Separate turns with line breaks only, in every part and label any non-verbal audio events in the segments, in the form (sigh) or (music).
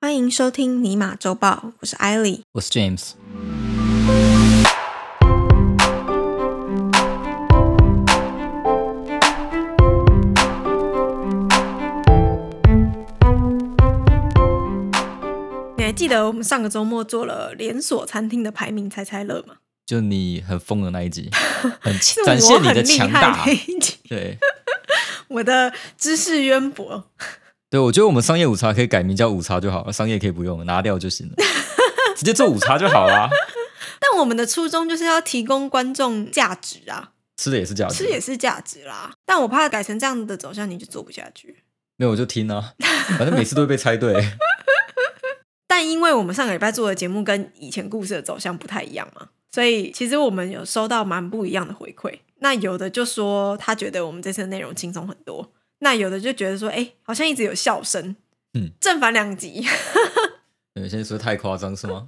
欢迎收听尼玛周报，我是艾莉。
我是 James。
你还记得我们上个周末做了连锁餐厅的排名猜猜乐吗？ (laughs)
就你很疯的那一集，很
是
展
我
现你
很
的
厉
强大
害。那一集，
对
(laughs) 我的知识渊博。
对，我觉得我们商业午茶可以改名叫午茶就好了，商业可以不用，拿掉就
(laughs)
行了，直接做午茶就好啦。
但我们的初衷就是要提供观众价值啊，
吃的也是这样子，
吃也是价值啦。但我怕改成这样的走向，你就做不下去。
没有我就
(laughs)
听啊，反正每次都会被猜对。
但因为我们上个礼拜做的节目跟以前故事的走向不太一样嘛，所以其实我们有收到蛮不一样的回馈。那有的就说他觉得我们这次的内容轻松很多，那有的就觉得说，哎、好像一直有笑声，
嗯，
正反两极， (laughs)
有些说太夸张是吗？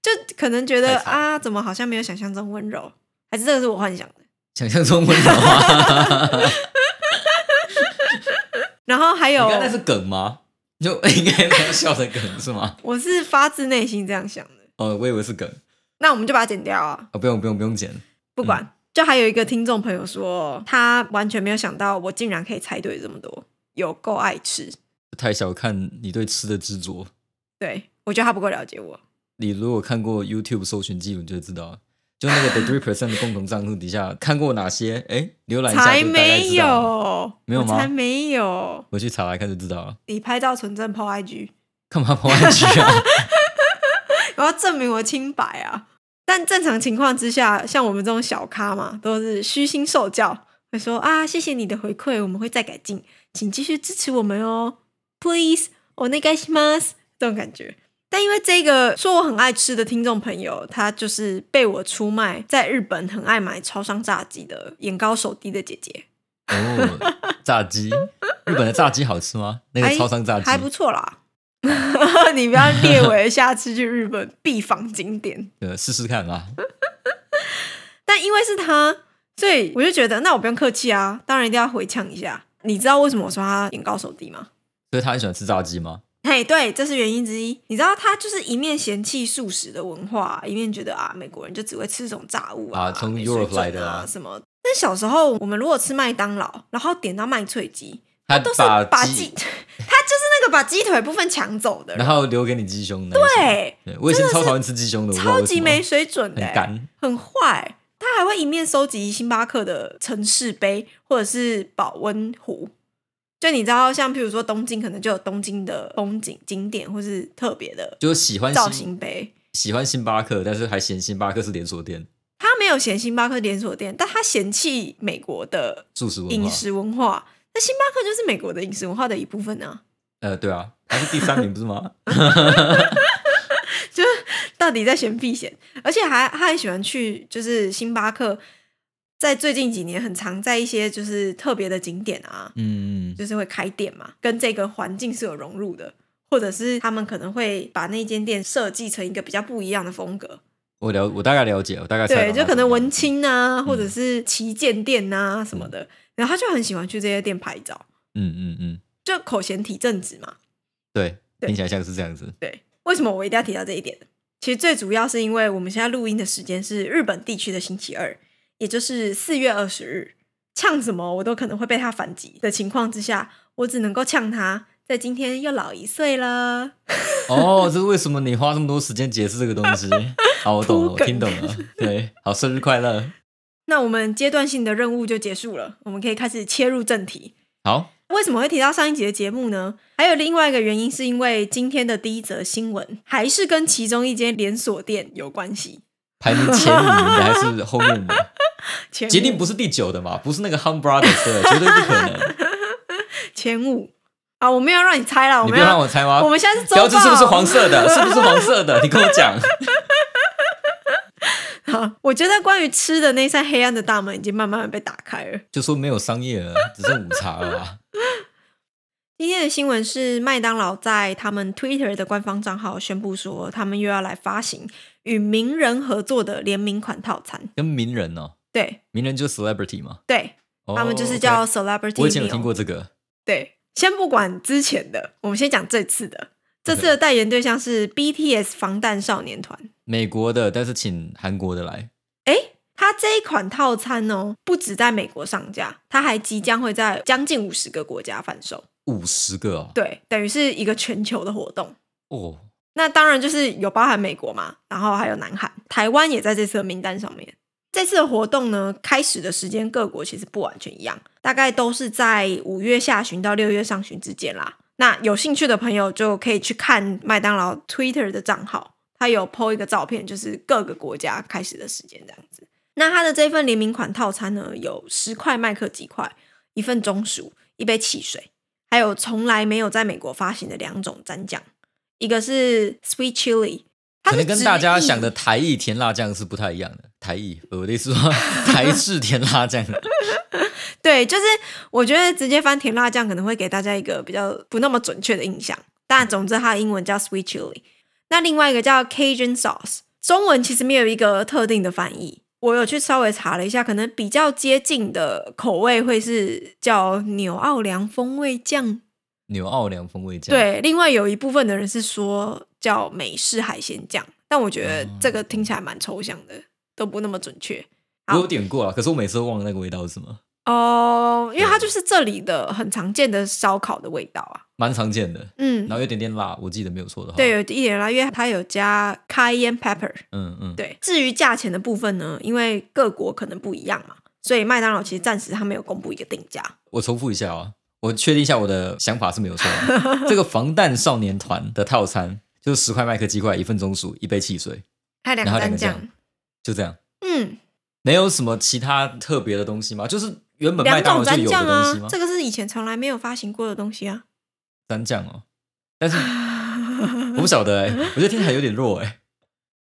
就可能觉得
太惨
啊，怎么好像没有想象中温柔，还是这个是我幻想的。
想象中温柔啊？
然后还有
你，看那是梗吗？就 (laughs) 应该那样笑的梗是吗？
我是发自内心这样想的，
哦，我以为是梗
那我们就把它剪掉啊。
哦，不用不用不用剪，
不管。
嗯
就还有一个听众朋友说，他完全没有想到我竟然可以猜对这么多，有够爱吃。
太小看你对吃的执着。
对我觉得他不够了解我。
你如果看过 YouTube 搜寻记录，你就知道，就
(laughs)
那个 The Three Percent 的共同账户底下看过哪些？哎，浏览一下
才
就大概
没
知道了。
有，
没有
我
吗
才没有。
我去查来看就知道了。
你拍照存证 PO IG，
干嘛跑外去
(laughs)
啊？
我要证明我清白啊！但正常情况之下，像我们这种小咖嘛，都是虚心受教，会说啊，谢谢你的回馈，我们会再改进，请继续支持我们哦，please，お願いします，这种感觉。但因为这个说我很爱吃的听众朋友，他就是被我出卖在日本很爱买超商炸鸡的眼高手低的姐姐，
哦，炸鸡，日本的炸鸡好吃吗？那个
还
超商炸
哎还
鸡
不，错啦。 (laughs) 你不要列为下次去日本必访景点。 (laughs)
呃，试试看啦。
但因为是他，所以我就觉得那我不用客气啊，当然一定要回呛一下。你知道为什么我说他眼高手低吗？
所以他很喜欢吃炸鸡吗？
嘿，对，这是原因之一。你知道他就是一面嫌弃素食的文化，一面觉得啊，美国人就只会吃这种炸物啊，
啊从
没水
Europe
准
来的
啊
啊
什么。但小时候我们如果吃麦当劳，然后点到麦脆鸡，
他
都是
把
把鸡， (laughs)
鸡，
他就是那个把鸡腿部分抢走的人
然。后留给你鸡胸那一种。
对，
对，我以前超讨厌吃鸡胸的，我不知道
超
为什
级
么
没水准的、欸
很干。
很坏。他还会一面收集星巴克的城市杯或者是保温壶。就你知道，像譬如说东京，可能就有东京的风景景点或是特别的
就喜欢
造
星
型杯。
喜欢星巴克，但是还嫌星巴克是连锁店，
他没有嫌星巴克连锁店，但他嫌弃美国的
素食文
饮
化。
食文化。那星巴克就是美国的饮食文化的一部分啊！
呃，对啊，他是第三名不是吗？
到底在选避嫌，而且还他还喜欢去就是星巴克，在最近几年很常在一些就是特别的景点啊，
嗯，
就是会开店嘛，跟这个环境是有融入的，或者是他们可能会把那间店设计成一个比较不一样的风格，
我了，我大概了解，我大概猜到
对，
他
就可能
怎么样
文青啊，或者是旗舰店啊什么的，然后他就很喜欢去这些店拍照，
嗯嗯嗯，
就口嫌体正直嘛。
对，
对
听起来像是这样子。
对，为什么我一定要提到这一点呢？其实最主要是因为我们现在录音的时间是日本地区的星期二，也就是四月二十日。呛什么我都可能会被他反击的情况之下，我只能够呛他，在今天又老一岁了。
哦，这是为什么你花这么多时间解释这
(laughs)
个东西？好，我懂了，
铺
我
梗
听懂
(laughs)
了。对，好，生日快乐。
那我们阶段性的任务就结束了，我们可以开始切入正题。
好，
为什么会提到上一集的节目呢？还有另外一个原因，是因为今天的第一则新闻还是跟其中一间连锁店有关系。
排名前五名的还是
(laughs)
后面的？
前
决定
五，
不是第九的嘛？不是那个 Hum Brothers 的，绝对不可能。
前五啊！我没有让你猜 (laughs) 啦，我
你不
们
要让
要，
我猜吗？
我们现在是周报
标志是不是黄色的？是不是黄色的？你跟我讲。
(laughs) 好我觉得关于吃的那扇黑暗的大门已经慢慢的被打开了。
就说没有商业了，只剩午茶了啊吧？
今天的新闻是麦当劳在他们 Twitter 的官方账号宣布说，他们又要来发行与名人合作的联名款套餐。
跟名人哦，
对
名人就是 celebrity 嘛。
对，
哦
他们就是叫哦
OK
celebrity。
我以前有听。过这个，
对，先不管之前的，我们先讲这次的。这次的代言对象是 BTS 防弹少年团。
美国的，但是请韩国的来。
诶，它这一款套餐哦，不止在美国上架，它还即将会在将近五十个国家贩售。
五十个哦，
对，等于是一个全球的活动。
哦，
那当然就是有包含美国嘛，然后还有南韩、台湾也在这次的名单上面。这次的活动呢，开始的时间各国其实不完全一样，大概都是在五月下旬到六月上旬之间啦。那有兴趣的朋友就可以去看麦当劳 Twitter 的账号，它有 PO 一个照片，就是各个国家开始的时间这样子。那它的这份联名款套餐呢，有十块麦克鸡块、一份中薯、一杯汽水，还有从来没有在美国发行的两种蘸酱，一个是 Sweet Chili，它
可
是
能跟大家
直译
想的台艺甜辣酱是不太一样的。台艺，我的意
(laughs)
思说台式甜辣酱，
对，就是我觉得直接翻甜辣酱可能会给大家一个比较不那么准确的印象。但总之，它的英文叫 sweet chili，那另外一个叫 Cajun sauce，中文其实没有一个特定的翻译。我有去稍微查了一下，可能比较接近的口味会是叫纽奥良风味酱。
纽奥良风味酱。，
对，另外有一部分的人是说叫美式海鲜酱，但我觉得这个听起来蛮抽象的，都不那么准确。
我有点过了，可是我每次都忘了那个味道是什么，
哦，因为它
对
就是这里的很常见的烧烤的味道啊。
蛮常见的。
嗯
然，后有点点辣，我记得没有错的话。
对，，有一点辣，因为它有加 cayenne pepper。
嗯嗯，
对，至于价钱的部分呢，因为各国可能不一样嘛，所以麦当劳其实暂时它没有公布一个定价。
我重复一下啊，我确定一下我的想法是没有错
(laughs)
的。这个防弹少年团的套餐就是十块麦克鸡块、一份中薯、一杯汽水，
还有两
然后两
蘸
个
酱
酱，，就这样，
嗯，
没有什么其他特别的东西吗？就是原本
两
麦当劳
种
就
蘸
有的
酱
东西
啊
吗，？
这个是以前从来没有发行过的东西啊。 (laughs)
蘸酱哦，但是我不晓得哎、我觉得听起来有点弱哎、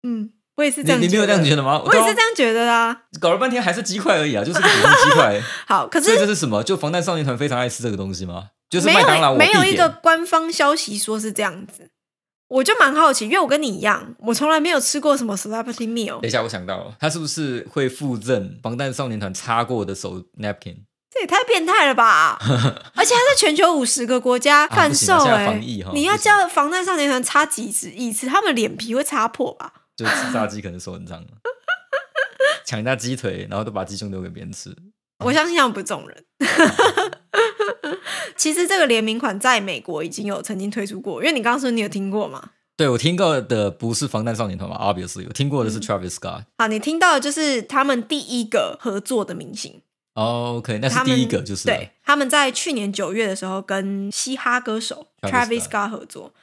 嗯，我 (laughs) 也是这样，
你你没有这样觉，得吗？
我也是这
对啊，
样觉得啦。
搞了半天还是鸡块而已啊，就是个普通鸡
(laughs)
块、
好，可
所以
是
这是什么？就防弹少年团非常爱吃这个东西吗？就是
没
麦当劳
有
我
没有
必
一
点
个官方消息说是这样子。我就蛮好奇，因为我跟你一样，我从来没有吃过什么 celebrity meal，
等一下，我想到了，他是不是会附赠防弹少年团擦过的手 napkin？
这也太变态了
(laughs)
吧！而且它在全球五十个国家贩售、
啊不行啊现
哎、
在防疫哈
你要
不行
叫防弹少年团擦几十亿次，他们脸皮会擦破吧？
就吃炸鸡可能手很脏，啊 (laughs) 抢人家鸡腿，然后都把鸡胸留给别人吃。
我相信他们不是这种人。 (laughs) 其实这个联名款在美国已经有曾经推出过，因为你刚刚说你有听过嘛？
对我听过的不是防弹少年团嘛，obviously，我听过的
嗯
是 Travis Scott。
好，你听到的就是他们第一个合作的明星，
哦 OK，那
他
是
们
第一个，就是了
对，他们在去年九月的时候跟嘻哈歌手
Travis
Travis
Scott
Scott 合作。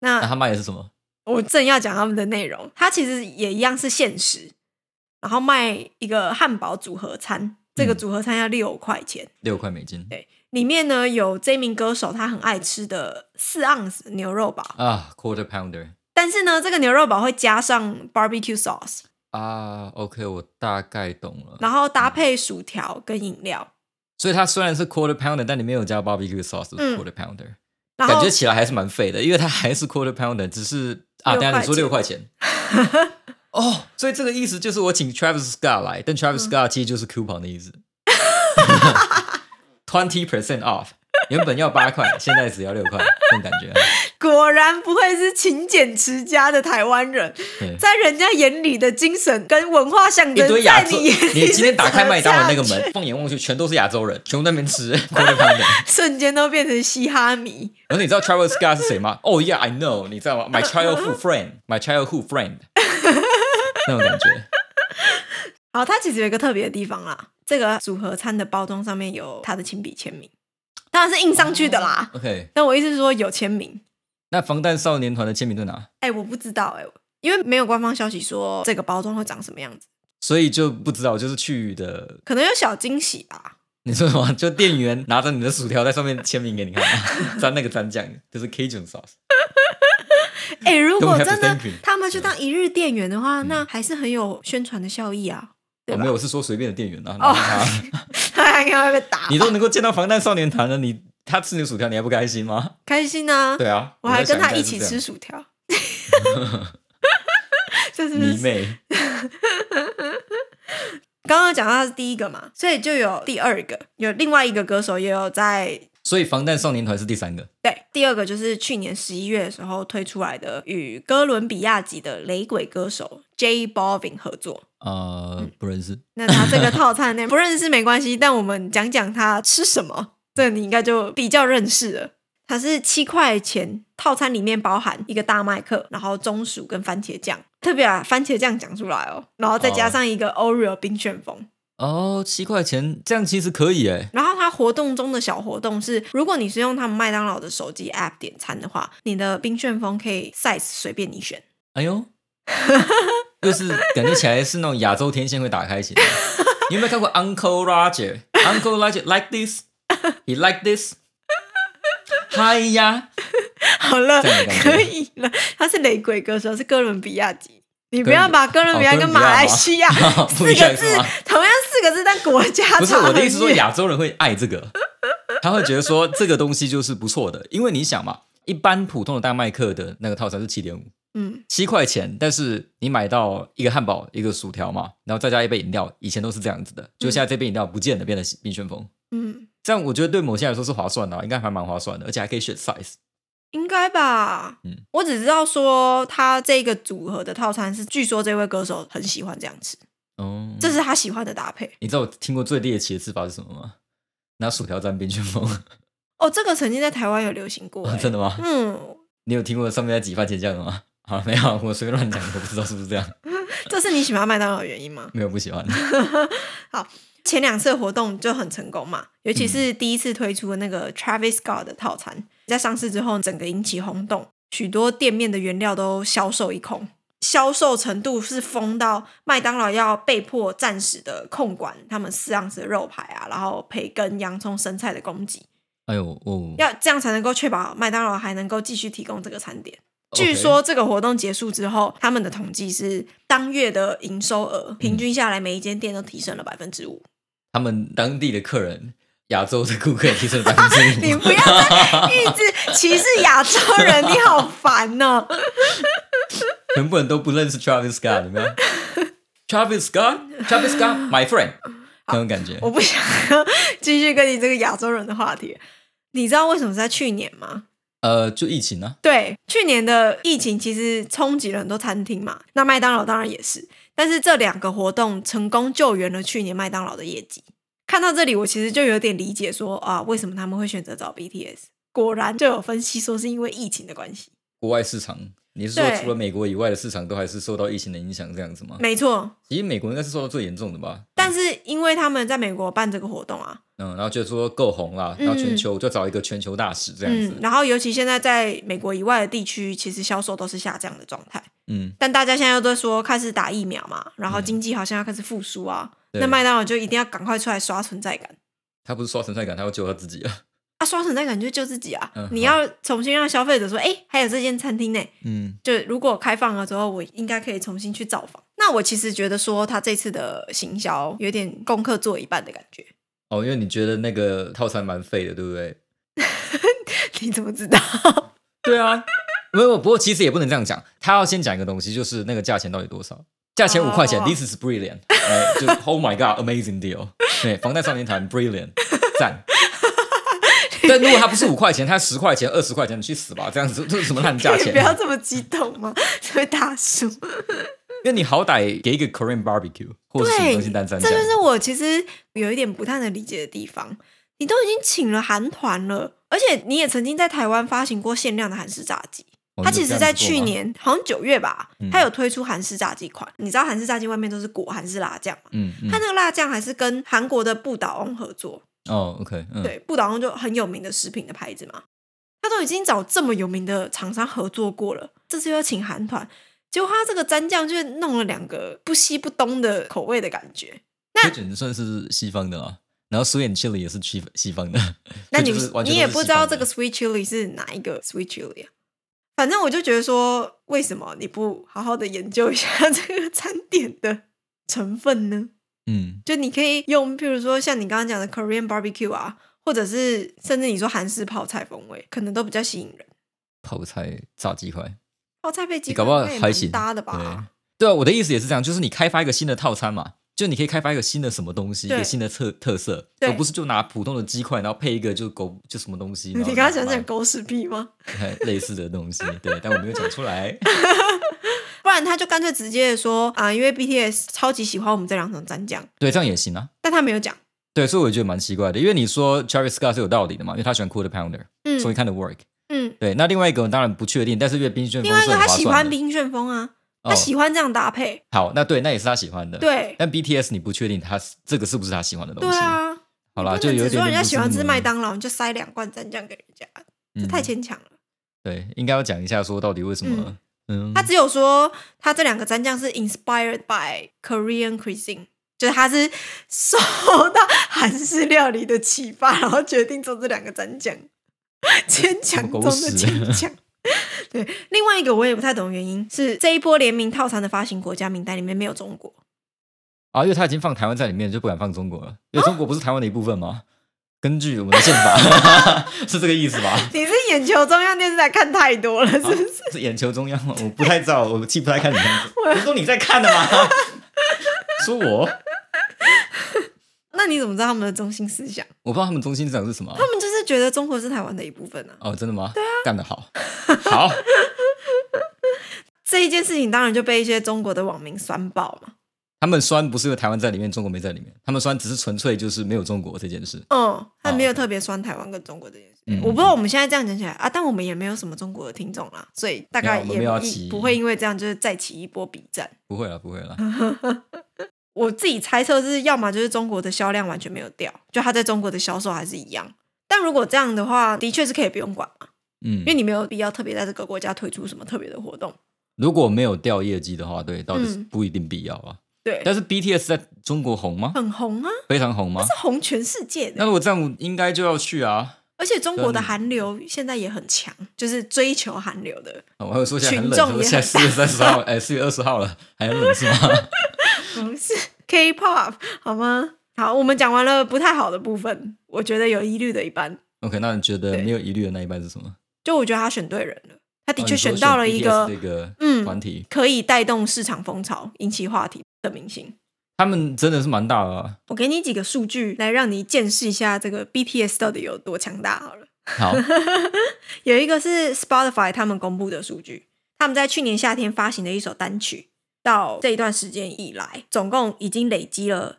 那
嗯
他卖的是什么？
我正要讲他们的内容，它其实也一样是限时，然后卖一个汉堡组合餐，这
嗯
个组合餐要六块钱，
六块美金
里面呢有这名歌手他很爱吃的四盎司牛肉堡，
啊，quarter pounder
但是呢这个牛肉堡会加上 barbecue sauce，
啊，OK，我大概懂了。
然后搭配薯条跟饮料，
所以它虽然是 quarter pounder，但里面有加 barbecue sauce
嗯
quarter pounder，
然
感
后
觉起来还是蛮废的，因为它还是 quarter pounder，只是啊，
六块
等一下你说
钱
六
(laughs)
块钱。哦，所以这个意思就是我请 Travis Scott 来，但 Travis
嗯
Scott 其实就是 coupon 的
(laughs)
意思，twenty percent off，原本要八块，现在只要六块，这种感觉。啊
果然不愧是勤俭持家的台湾人，
对
在人家眼里的精神跟文化象
一
征，
堆亚
在
洲，
你眼里
你今天打开麦当劳那个
是怎么下去
门，放眼望去全都是亚洲人，全部在那边吃 quarter
(laughs)
pounder。
瞬间都变成嘻哈迷。
然后你知道 Travis Scott 是谁吗？Oh yeah, I know，你知道吗？My childhood
(laughs)
friend, my childhood friend，那种感觉。
好，它其实有一个特别的地方啦，这个组合餐的包装上面有他的亲笔签名，当然是印上去的啦。
OK，
但我意思是说有签名，
那防弹少年团的签名在哪？
哎、我不知道哎、因为没有官方消息说这个包装会长什么样子，
所以就不知道，就是去的，
可能有小惊喜吧。
你说什么？ (laughs) 就店员拿着你的薯条在上面签名给你看 (laughs) 吗，沾那个蘸酱，就是 Cajun sauce。
哎、如
Don't
果
have to
真的
thank you
他们去当一日店员的话，
嗯
那还是很有宣传的效益啊， (laughs) 对
我
吧？
哦没有，我是说随便的店员啊。
哦
然后他
他应该会被打吧，
你都能够见到防弹少年团了，你他吃你的薯条，你还不开心吗？
开心啊！
对啊，
(laughs) 我还
在
跟
想
他
应
一
该
起
是这
吃
样
薯
(laughs)
条， (laughs) 这是不
迷
是
妹。
刚刚讲到他是第一个嘛，所以就有第二个，有另外一个歌手也有在
(laughs) 所以防弹少年团是第三个。
对，第二个就是去年十一月的时候推出来的与哥伦比亚籍的雷鬼歌手 J Balvin 合作。嗯
呃，不认识。
那他这个套餐内容不认识没关系，但我们讲讲他吃什么，这你应该就比较认识了。它是七块钱套餐，里面包含一个大麦克，然后中薯跟番茄酱，特别把番茄酱讲出来哦，然后再加上一个 Oreo 冰旋风。
哦，七块钱，这样其实可以诶。
然后它活动中的小活动是，如果你是用他们麦当劳的手机 App 点餐的话，你的冰旋风可以 size 随便你选。
哎呦， (laughs) 又是感觉起来是那种亚洲天线会打开
(laughs)
起来。你有没有看过 Uncle Roger？Uncle Roger like this，he like this。嗨
(laughs)
呀，
(laughs) 好了
这样的，感觉
可以了。他是雷鬼歌手，是哥伦比亚籍。你不
伦比
(laughs) 要把哥伦比亚哦
哦
跟
哥伦比亚
马来
吗
西亚 (laughs) 四
哦不一样
个
是
字
吗
同样四个字，但国家
不是
差
我的意
很
思，说
远。
亚洲人会爱这个，他会觉得说这个东西就是不错的，因为你想嘛，一般普通的大麦克的那个套餐是七点五，
嗯，
七块钱，但是你买到一个汉堡、一个薯条嘛，然后再加一杯饮料，以前都是这样子的，就现在这杯饮料不见了，变得冰旋风。
嗯，
这样我觉得对某些人来说是划算的啊、应该还蛮划算的，而且还可以选 size。
应该吧。
嗯
我只知道说他这个组合的套餐是，据说这位歌手很喜欢这样吃，
哦，
这是他喜欢的搭配。
你知道我听过最猎奇的吃法是什么吗？拿薯条蘸冰旋风，
哦，这个曾经在台湾有流行过、 (laughs) 欸
(laughs) 真的吗？
嗯，
你有听过上面在挤番茄酱的吗？好，没有，我随便乱讲，我不知道是不是这样，
(laughs) 这是你喜欢麦当劳的原因吗？
没有不喜欢。
前两次活动就很成功嘛，尤其是第一次推出的那个 Travis Scott 的套餐，在上市之后，整个引起轰动，许多店面的原料都销售一空，销售程度是疯到麦当劳要被迫暂时的控管他们四盎司的肉排啊，然后培根、洋葱、生菜的供给，
哎呦，哦，
要这样才能够确保麦当劳还能够继续提供这个餐点。
OK
据说这个活动结束之后，他们的统计是当月的营收额平均下来，每一间店都提升了百分之五。
他们当地的客人，亚洲的顾客也提升了百分之五。
你不要再一直歧视亚洲人，你好烦哦！ (laughs)
全部人都不认识 Travis Scott，有没有？Travis Scott，Travis Scott，my friend，那种感觉。
我不想继续跟你这个亚洲人的话题。你知道为什么是在去年吗？
呃，就疫情啊，
对，去年的疫情其实冲击了很多餐厅嘛，那麦当劳当然也是。但是这两个活动成功救援了去年麦当劳的业绩。看到这里，我其实就有点理解说啊，为什么他们会选择找 BTS？果然就有分析说是因为疫情的关系。
国外市场，你是说
对
除了美国以外的市场都还是受到疫情的影响这样子吗？
没错，
其实美国应该是受到最严重的吧。
但是因为他们在美国办这个活动啊，
嗯，然后就说够红啦，
嗯
然后全球就找一个全球大使这样
嗯，
子。
然后尤其现在在美国以外的地区，其实销售都是下降的状态。
嗯，
但大家现在又都说开始打疫苗嘛，然后经济好像要开始复苏啊，
对
那麦当劳就一定要赶快出来刷存在感。
他不是刷存在感，他要救他自己啊。
啊，刷存在感就救自己啊！
嗯
你要重新让消费者说，哎、还有这间餐厅呢，
嗯，
就如果开放了之后，我应该可以重新去造访。那我其实觉得说，他这次的行销有点功课做一半的感觉。 (laughs)
哦，因为你觉得那个套餐蛮废的，对不对？
你怎么知道？
对啊，没有，不过其实也不能这样讲，他要先讲一个东西，就是那个价钱到底多少？价钱五块钱、
哦
t h i s is brilliant，哎，就 Oh my God，amazing deal，对，防弹少年团 brilliant，赞。
(laughs)
但如果它不是五块钱，它十块钱、二十块钱，你去死吧！这样子这是什么烂价
你
钱
不？要这么激动嘛， (laughs) 这位大叔。
因为你好歹给一个 Korean barbecue 或者是什么
对，
东西单三
这
价
就，是我其实有一点不太能理解的地方。你都已经请了韩团了，而且你也曾经在台湾发行过限量的韩式炸鸡。
哦
它
你有
其
这
实，
样
在
子做
去
吗
年好像九月吧
嗯，
它有推出韩式炸鸡款。你知道韩式炸鸡外面都是裹韩式辣酱嘛？
嗯，嗯
它那个辣酱还是跟韩国的不倒翁合作，
哦，OK，嗯，
对，不倒翁就很有名的食品的牌子嘛。他都已经找这么有名的厂商合作过了，这次又请韩团，结果他这个蘸酱就弄了两个不西不东的口味的感觉。
这简直算是西方的啦。然后 sweet and chili 也是西西方的，
那你
这就是完全
你
都
也
是
不
西
知道
方
这
的
个 sweet chili 是哪一个 sweet chili 啊？反正我就觉得说，为什么你不好好的研究一下 (laughs) 这个餐点的成分呢？
嗯，
就你可以用，譬如说像你刚刚讲的 Korean barbecue 啊，或者是甚至你说韩式泡菜风味，可能都比较吸引人。
泡菜炸鸡块，
泡菜配鸡
你
块
搞不好
应该也
还
蛮
行
搭的
对
吧？
对啊，我的意思也是这样，就是你开发一个新的套餐嘛，就你可以开发一个新的什么东西，一
对
个新的特特色，
对
而不是就拿普通的鸡块，然后配一个就狗就什么东西。
你刚
刚
刚想讲狗屎屁吗？
(laughs) 类似的东西，对，但我没有讲出来。
不然他就干脆直接的说啊，因为 BTS 超级喜欢我们这两种蘸酱，
对，这样也行啊。
但他没有讲。
对，所以我觉得蛮奇怪的，因为你说 Travis Scott 是有道理的嘛，因为他喜欢 Quarter Pounder，、
嗯
所以看的 Work。
嗯，
对，那另外一个我当然不确定，但是因为冰旋风
另外一
是
个
很
他
划
喜
算
欢
的。
冰旋风啊，
哦
他喜欢这样搭配。
好，那对，那也是他喜欢的。，
对
但 BTS 你不确定他是这个是不是他喜欢的东
对
西。
啊，不
好啦，
能
就有
只
点
说人家
不是
喜欢
那
吃
么
麦当劳，你就塞两罐蘸酱给人家，这太
嗯
牵强了。
对，应该要讲一下说到底为什么，嗯，
他只有说他这两个蘸酱是 inspired by Korean cuisine，就是他是受到韩式料理的启发，然后决定做这两个蘸
(laughs)
酱，牵强中
狗
的
屎
牵强。对，另外一个我也不太懂的原因是，这一波联名套餐的发行国家名单里面没有中国。
啊，因为他已经放台湾在里面，就不敢放中国了，因为中国不是台湾的一部分吗？根据我们的宪法 (laughs) 是这个意思吧？
你是眼球中央电视台看太多了，是不是？
是眼球中央吗？我不太知道，我既不太看你看，不是说你在看的吗？ (laughs) 说我，
那你怎么知道他们的中心思想？
我不知道他们中心思想是什么啊。
他们就是觉得中国是台湾的一部分啊。
哦，真的吗？对啊，干得好，好，
这一件事情当然就被一些中国的网民酸爆嘛。
他们酸不是因为台湾在里面，中国没在里面，他们酸只是纯粹就是没有中国这件事。
嗯，他没有
哦
特别酸台湾跟中国这件事。
嗯
我不知道我们现在这样讲起来啊，但我们也没有什么中国的听众啦，所以大概
没有我们
也
没有要
不
起
不会因为这样就是再起一波比战。
不会了，不会了。
啊我自己猜测是，要么就是中国的销量完全没有掉，就它在中国的销售还是一样。但如果这样的话，的确是可以不用管嘛，
嗯
因为，你没有必要特别在这个国家推出什么特别的活动。
如果没有掉业绩的话，对，到底是
嗯
不一定必要啊。
对，
但是 BTS 在中国
(laughs)
红吗？
很红啊，
非常红吗？
是红全世界的
那。如果这样，应该就要去啊。
而且中国的
跟
韩流现在也很强，就是追求韩流的。
哦我还有说现在很
群众
冷，
也
现在四月三十号，哎，四月二十号了，还很冷是
(laughs)
吗？
不是 (laughs) K-pop 好吗？好，我们讲完了不太好的部分，我觉得有疑虑的一半，
OK，那你觉得
对
没有疑虑的那一半是什么？
就我觉得他选对人了，他的
哦
确
你说
到了一个
BTS 这个
嗯
团体，
可以带动市场风潮、引起话题的明星。
他们真的是蛮大的啊。
我给你几个数据来让你见识一下这个 BTS 到底有多强大好了。 (laughs)
好，
有一个是 Spotify 他们公布的数据，他们在去年夏天发行的一首单曲，到这一段时间以来，总共已经累积了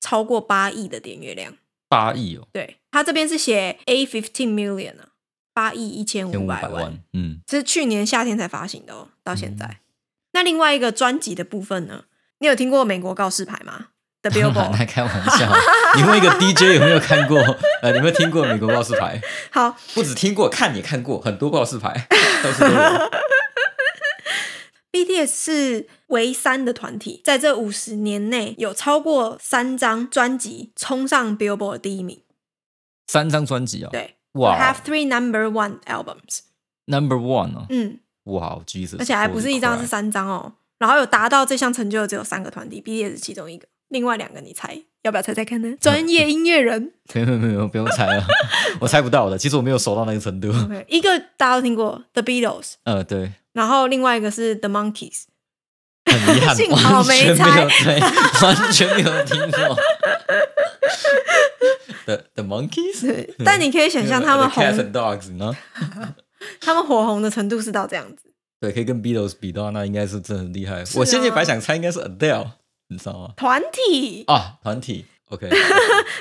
超过八亿的点阅量。
八亿哦，
对，他这边是写 A fifteen million 啊，八亿一千
千
五
五
百
百
万，
万，嗯，
这是去年夏天才发行的哦，到现在。那另外一个专辑的部分呢？你有听过美国告示牌吗？The
(laughs) 当然
Billboard。
在开玩
(laughs)
笑。你问一个 DJ 有没有看过？呃，有没有听过美国告示牌？
好，
不止听过，看也看过，很多告示牌到处都有。
BTS 是唯三的团体，在这五十年内有超过三张专辑冲上 Billboard 第一名。
三张专辑哦，
对、
哇
h a v e three number one albums。
，Number One 哦，
嗯，
哇，Jesus，
而且还不是一张，是
Christ
三张哦。然后有达到这项成就的只有三个团体，BTS 是其中一个，另外两个你猜要不要猜猜看呢？专业音乐人
没有没有没有，不用猜
(laughs)
了，我猜不到的。其实我没有熟到那个程度。
，OK，一个大家都听过 The Beatles，
呃，对，
然后另外一个是 The Monkeys。
很遗憾，
幸好
完全
没猜
有对，完全没有听过。The The Monkeys，
对，但你可以想象他
(laughs)
们
嗯 The Cats
红
and，Dogs 呢？
他们火红的程度是到这样子。
对，可以跟 Beatles 比的话，那应该是真的很厉害。
是啊
我先前本来想猜应该是 Adele，你知道吗？
团体
啊，团体
(laughs)
OK，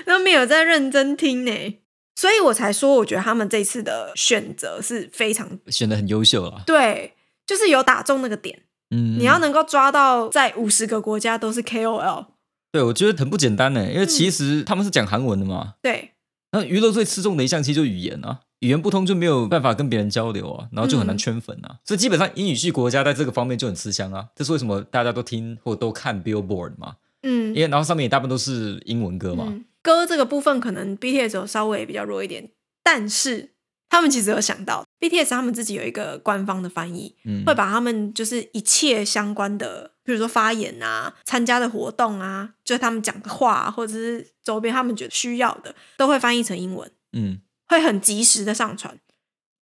都没有在认真听呢，所以我才说，我觉得他们这次的选择是非常
选的很优秀啦。
对，就是有打中那个点。
嗯，
你要能够抓到在五十个国家都是 KOL，
对我觉得很不简单呢，因为其
嗯
实他们是讲韩文的嘛，
对，
那娱乐最吃重的一项其实就语言啊，语言不通就没有办法跟别人交流啊，然后就很
嗯
难圈粉啊。所以基本上英语系国家在这个方面就很吃香啊，这是为什么大家都听或都看 Billboard 嘛，
嗯
因为然后上面也大部分都是英文歌嘛。
嗯，歌这个部分可能 BTS 有稍微比较弱一点，但是他们其实有想到 BTS 他们自己有一个官方的翻译，
嗯
会把他们就是一切相关的，比如说发言啊、参加的活动啊，就是他们讲的话、啊或者是周边他们觉得需要的，都会翻译成英文，
嗯
会很及时的上传。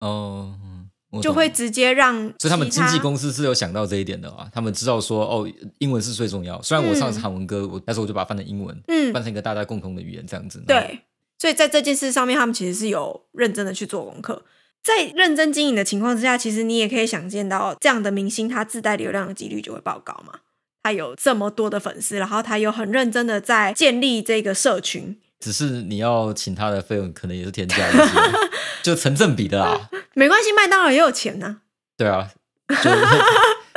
哦，嗯我
就
懂
会直接让
所以他们
其
经纪公司是有想到这一点的啊，他们知道说哦，英文是最重要。虽然我唱的是韩文歌，我但是我就把它翻成英文，
嗯
翻成一个大家共同的语言这样子。，
对，所以在这件事上面，他们其实是有认真的去做功课。在认真经营的情况之下，其实你也可以想见到，这样的明星他自带流量的几率就会爆高嘛。他有这么多的粉丝，然后他又很认真的在建立这个社群，
只是你要请他的费用可能也是天价
(laughs)
的事，就成正比的啊啦。
没关系，麦当劳也有钱呐、(laughs)
对啊，就 (laughs)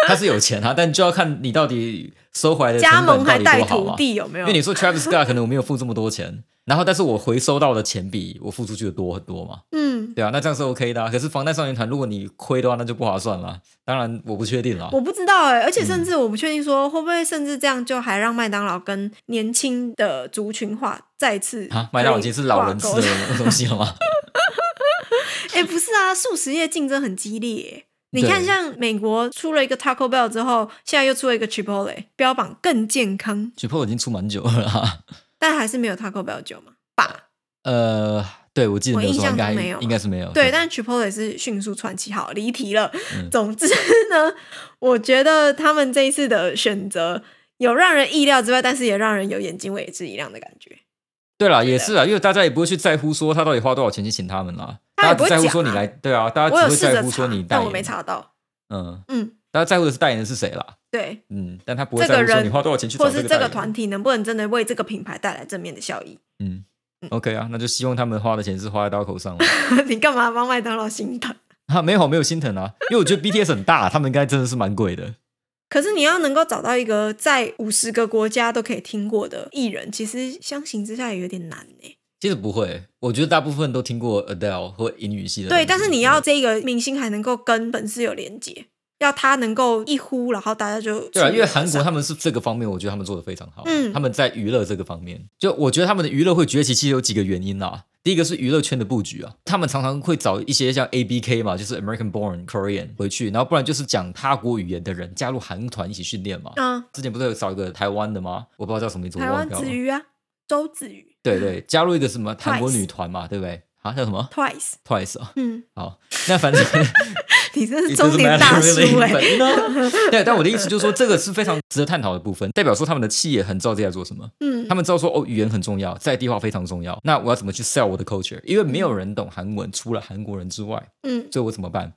他是有钱啊，但就要看你到底收回来的
加
成
盟
本
还
到底
带哦
多好
徒
嘛。
弟有没
因
有
为？你说 Travis Scott 可能我没有付这么多钱， (laughs) 然后但是我回收到的钱比我付出去的多很多嘛。
嗯，
对啊，那这样是 OK 的、啊。可是防弹少年团，如果你亏的话，那就不划算了。当然，我不确定啊啦。
我不知道哎、而且
嗯
甚至我不确定说会不会甚至这样就还让麦当劳跟年轻的族群化再次
啊，麦当劳已经是老人吃
挂 (laughs) 钩
的东西了吗？
哎、不是啊，素食业竞争很激烈耶。你
对
看，像美国出了一个 Taco Bell 之后，现在又出了一个 Chipotle，标榜更健康，
举破已经出蛮久了啦。
但还是没有 Taco Bell 久嘛？吧？
呃，对，我记得没有
我
说，
印象
应该
中没有
应该是没有。
对，但 Chipotle 是迅速窜起，好，离题了。
哦嗯
总之呢， (laughs) 我觉得他们这一次的选择有让人意料之外，但是也让人有眼睛为之一亮的感觉。
对啦，也是啊，因为大家也不会去在乎说他到底花多少钱去请他们啦。
他
大
也
家
不会
只在乎
讲
说
啊
你来，对啊，大
我
家
有
只会
试
在
着
乎说
查
你，代
但
言，
我没查到。
嗯，
嗯，
大家在乎的是代言人是谁啦。
对，
嗯，但他不
这
会
个
在乎说
人
你花多少钱去
或
找
是
个
这
代
个
言。
团体能不能真的为这个品牌带来正面的效益？ (laughs)
嗯，OK 啊，那就希望他们花的钱是花在刀口上了。
你干嘛帮麦当劳心疼？
(laughs) 啊，没有没有心疼啊，因为我觉得 BTS 很大，他们应该真的是蛮贵的。
可是你要能够找到一个在五十个国家都可以听过的艺人，其实相形之下也有点难呢、
其实不会，我觉得大部分都听过 Adele 或英语系的东西。
对，但是你要这个明星还能够跟粉丝有连接，要他能够一呼，然后大家就
对啊，
出
因为韩国
上
他们是这个方面，我觉得他们做的非常好。啊
嗯
他们在娱乐这个方面，就我觉得他们的娱乐会崛起，其实有几个原因啦。第一个是娱乐圈的布局啊，他们常常会找一些像 A B K 嘛，就是 American Born Korean 回去，然后不然就是讲他国语言的人加入韩团一起训练嘛。
嗯，
之前不是有找一个台湾的吗？我不知道叫什么名字，我
台
忘
湾
掉了
子。瑜啊，周子瑜
对对，加入一个什么韩国
Twice
女团嘛，对不对？啊，叫什么
Twice，
Twice 啊？ (laughs)
嗯，
好，那反正
你真是
It
中
doesn't
年
matter
大叔
really,
哎、(laughs)
but, you know 对，但我的意思就是说，这个是非常值得探讨的部分，代表说他们的企业很知道自己在做什么，
嗯
他，们知道说哦，语言很重要，在地化非常重要。那我要怎么去 sell 我的 culture？因为没有人懂韩文，除了韩国人之外，
嗯
所以我怎么办？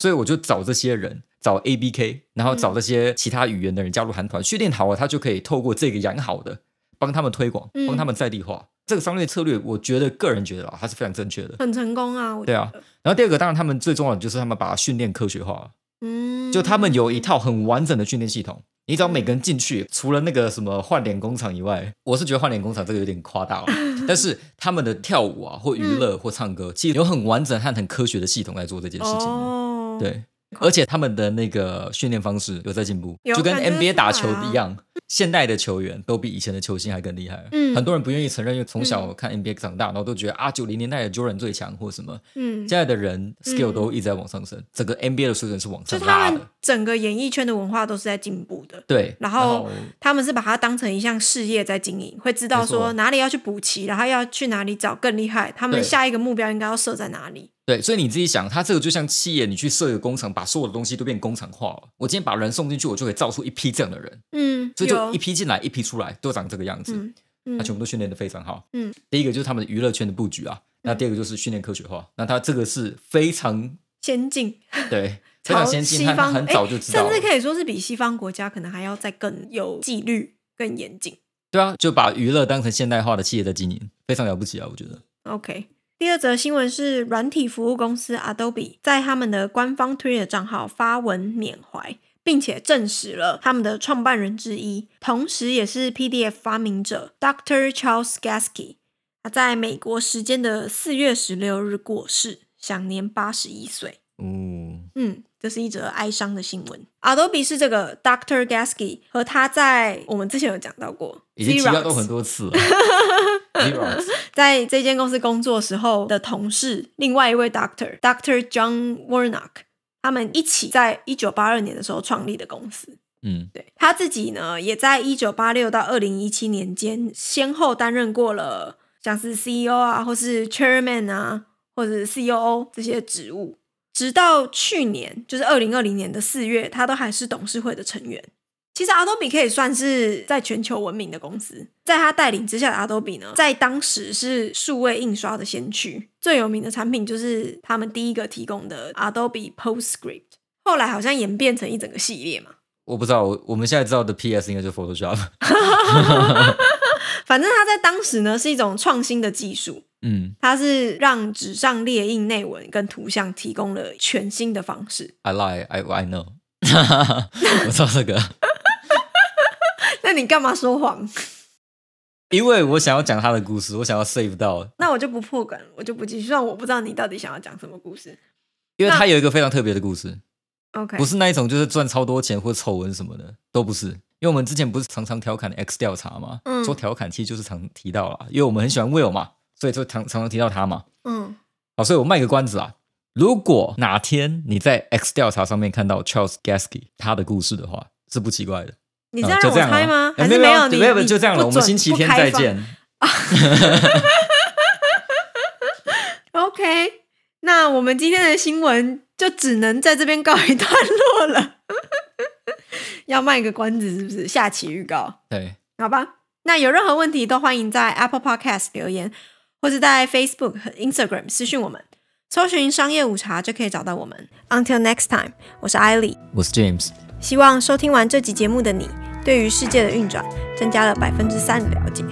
所以我就找这些人，找 A B K，然后找这些其他语言的人加入韩团，训练好了，他就可以透过这个养好的，帮他们推广，
嗯
帮他们在地化。这个商业策略，我觉得个人觉得啊，它是非常正确的。
很成功啊，我觉
对
得
啊，然后第二个，当然他们最重要的就是他们把训练科学化了。
嗯，
就他们有一套很完整的训练系统。你只要每个人进去，除了那个什么换脸工厂以外，我是觉得换脸工厂这个有点夸
(laughs)
大了。但是他们的跳舞啊，或娱乐或唱歌，其实有很完整和很科学的系统来做这件事情的。
嗯哦，，
对，而且他们的那个训练方式有在进步，
有
就跟
感觉得
NBA
出来啊
打球一样，现代的球员都比以前的球星还更厉害。
嗯
很多人不愿意承认，因为从小看 NBA 长大，然后都觉得啊，九零年代的 Jordan 最强或什么。
嗯
现。在的人
嗯
skill 都一直在往上升，整个 NBA 的水准是往
就
上
他
拉的
们。整个演艺圈的文化都是在进步的，
对，
然后他们是把它当成一项事业在经营，会知道
没错
说哪里要去补齐，然后要去哪里找更厉害，他们
对
下一个目标应该要设在哪里。
对，所以你自己想，它这个就像企业，你去设一个工厂，把所有的东西都变工厂化了。我今天把人送进去，我就可以造出一批这样的人，
嗯，
所以
有
就一批进来，一批出来，都长这个样子。
嗯
他
嗯
全部都训练的非常好。
嗯，
第一个就是他们的娱乐圈的布局啊，那第二个就是训练科学化。那他这个是非常
先进， (laughs)
对非
朝
常先
西
进，他
方
很
诶
早就知道
甚
了
至。可以说是比西方国家可能还要再更有纪律、更严谨。
对啊，就把娱乐当成现代化的企业在经营，非常了不起啊！我觉得
OK，第二则新闻是软体服务公司 Adobe 在他们的官方 Twitter 账号发文缅怀，并且证实了他们的创办人之一，同时也是 PDF 发明者 Dr. Charles Gasky，他在美国时间的四月十六日过世，享年八十一岁。
嗯，
嗯，这是一则哀伤的新闻。Adobe 是这个 Dr. Gasky 和他在我们之前有讲到过，
已经提到
Xerox
都很多次
(laughs)
了。Xerox
在这间公司工作时候的同事，另外一位 Doctor Doctor John Warnock，他们一起在一九八二年的时候创立的公司。
嗯，
对他自己呢，也在一九八六到二零一七年间，先后担任过了 E 像是 CEO 啊，或是 Chairman 啊，或者是 COO E 这些职务。直到去年，就是二零二零年的四月，他都还是董事会的成员。其实 Adobe 可以算是在全球闻名的公司，在他带领之下的 Adobe 呢，在当时是数位印刷的先驱，最有名的产品就是他们第一个提供的 Adobe PostScript，后来好像演变成一整个系列嘛。
我不知道，我我们现在知道的 PS 应该就是 Photoshop。
反正它在当时呢是一种创新的技术，
嗯
它是让纸上列印内文跟图像提供了全新的方式。 (laughs)
，I lie, I I know 。 (laughs) 我知道这个，
那你干嘛说谎？ (laughs)
因为我想要讲他的故事，我想要 save 到，
那我就不破梗，我就不继续。虽然我不知道你到底想要讲什么故事。
因为他有一个非常特别的故事，
OK，
不是那一种就是赚超多钱或丑闻什么的，都不是。因为我们之前不是常常调侃 X 调查嘛，
嗯
说调侃其实就是常提到啦，因为我们很喜欢 Will 嘛，所以就常常常提到他嘛。
嗯，
好，所以我卖个关子啊，如果哪天你在 X 调查上面看到 Charles Gasky 他的故事的话，是不奇怪的。
你
嗯
这样
就
让我
这样
猜
了
吗？
哎
还是
没
有？你
没有，
你
就这样了。
不
我们
准
星期
不
天
开
再
放
见。
OK，那我们今天的新闻就只能在这边告一段落了。 (laughs) 要卖个关子是不是？下期预告。
对，
好吧，那有任何问题都欢迎在 Apple Podcast 留言，或是在 Facebook 和 Instagram 私讯我们，搜寻“商业午茶”就可以找到我们。Until next time，我是艾莉。
我是 James，
希望收听完这集节目的你，对于世界的运转增加了百分之三的了解。